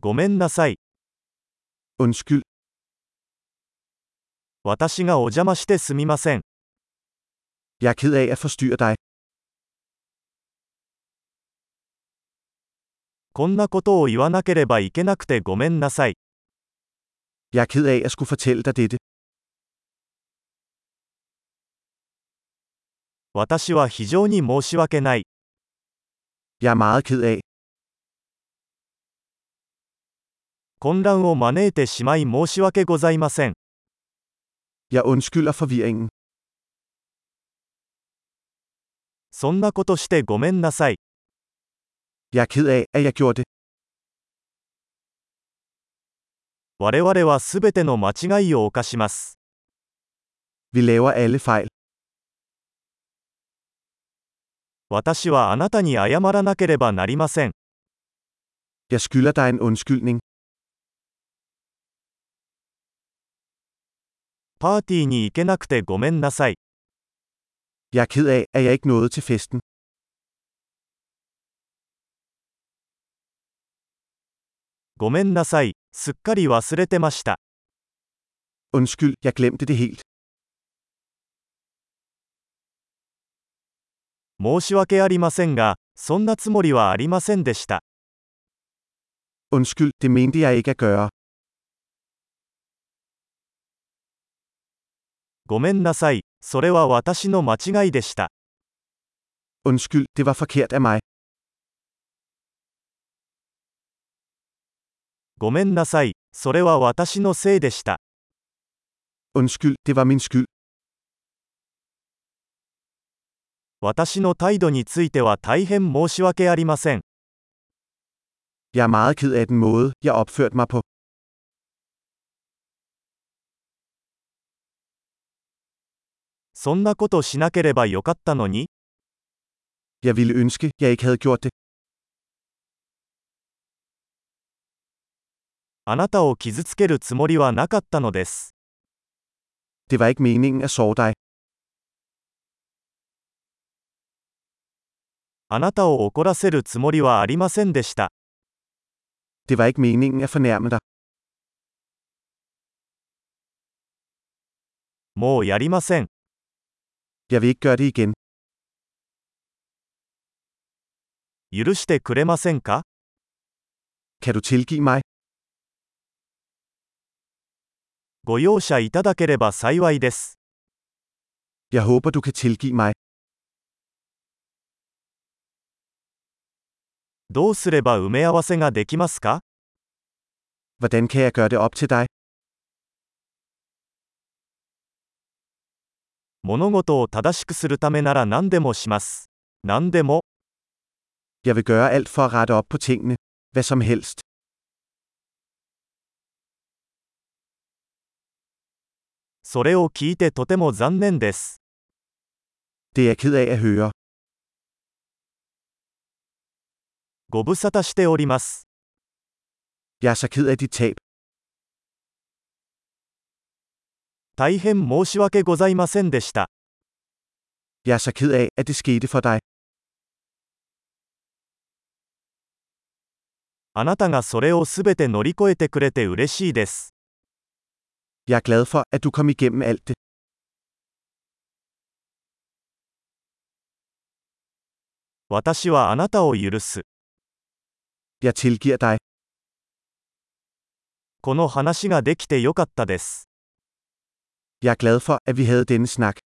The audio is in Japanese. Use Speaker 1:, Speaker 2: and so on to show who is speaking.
Speaker 1: ごめんなさい。
Speaker 2: Undskyld,
Speaker 1: 私がお邪魔してすみません。
Speaker 2: jeg er ked af at forstyrre dig.
Speaker 1: こんなことを言わなければいけなくてごめんなさい。
Speaker 2: Jeg er ked af at skulle fortælle dig dette.
Speaker 1: 私は非常に申し訳ない。
Speaker 2: Jeg er meget ked af.
Speaker 1: 混乱を招いてしまい申し訳ございません。
Speaker 2: Jeg undskylder forvirringen.
Speaker 1: そんなことしてごめんなさい。
Speaker 2: Jeg er ked af, at jeg gjorde det.
Speaker 1: 我々はすべての間違いを犯します。
Speaker 2: Vi laver alle fejl.
Speaker 1: 私はあなたに謝らなければなりません。
Speaker 2: Jeg skylder dig en undskyldning.
Speaker 1: パーティーに行けなくてごめんなさい。
Speaker 2: Jeg er ked af, at jeg ikke nåede til festen.
Speaker 1: ごめんなさい。すっかり忘れてました。
Speaker 2: Undskyld, jeg glemte det helt.
Speaker 1: 申し訳ありませんが、そんなつもりはありませんでした。
Speaker 2: Undskyld, det mente jeg ikke at gøre.
Speaker 1: ごめんなさい。それは私の間違いでした。
Speaker 2: Undskyld, det var forkert af mig.
Speaker 1: ごめんなさい。それは私のせいでした。
Speaker 2: Undskyld, det var min skyld.
Speaker 1: 私の態度については大変申し訳ありません。
Speaker 2: Jeg er meget ked af den måde, jeg opførte mig på.
Speaker 1: そんなことしなければよかったのに、
Speaker 2: Jeg ville ønske, jeg ikke havde gjort det.
Speaker 1: あなたを傷つけるつもりはなかったのです。
Speaker 2: Det var ikke meningen at sove dig.
Speaker 1: あなたを怒らせるつもりはありませんでした。
Speaker 2: Det var ikke meningen at fornærme dig.
Speaker 1: もうやりません。
Speaker 2: Jeg vil ikke gøre det igen.
Speaker 1: 許してくれませんか
Speaker 2: Kan du tilgive mig?
Speaker 1: ご容赦いただければ幸いです。
Speaker 2: Jeg håber, du kan tilgive mig.
Speaker 1: どうすれば埋め合わせができますか
Speaker 2: Hvordan kan jeg gøre det op til dig?
Speaker 1: 物事を正しくするためなら何でもします。何でも、
Speaker 2: Jeg vil gøre alt for at rette op på tingene. Hvad som helst.
Speaker 1: それを聞いてとても残念です。
Speaker 2: Det er jeg ked af at høre.
Speaker 1: ご無沙汰しております。
Speaker 2: Jeg er så ked af dit tab.
Speaker 1: 大変申し訳ございませんでした。
Speaker 2: Jeg er så ked af, at det skete for dig.
Speaker 1: あなたがそれをすべて乗り越えてくれて嬉しいです。
Speaker 2: Jeg er glad for, at du kom igennem alt det.
Speaker 1: 私はあなたを許す。
Speaker 2: Jeg tilgiver dig.
Speaker 1: この話ができてよかったです。
Speaker 2: Jeg er glad for, at vi havde denne snak.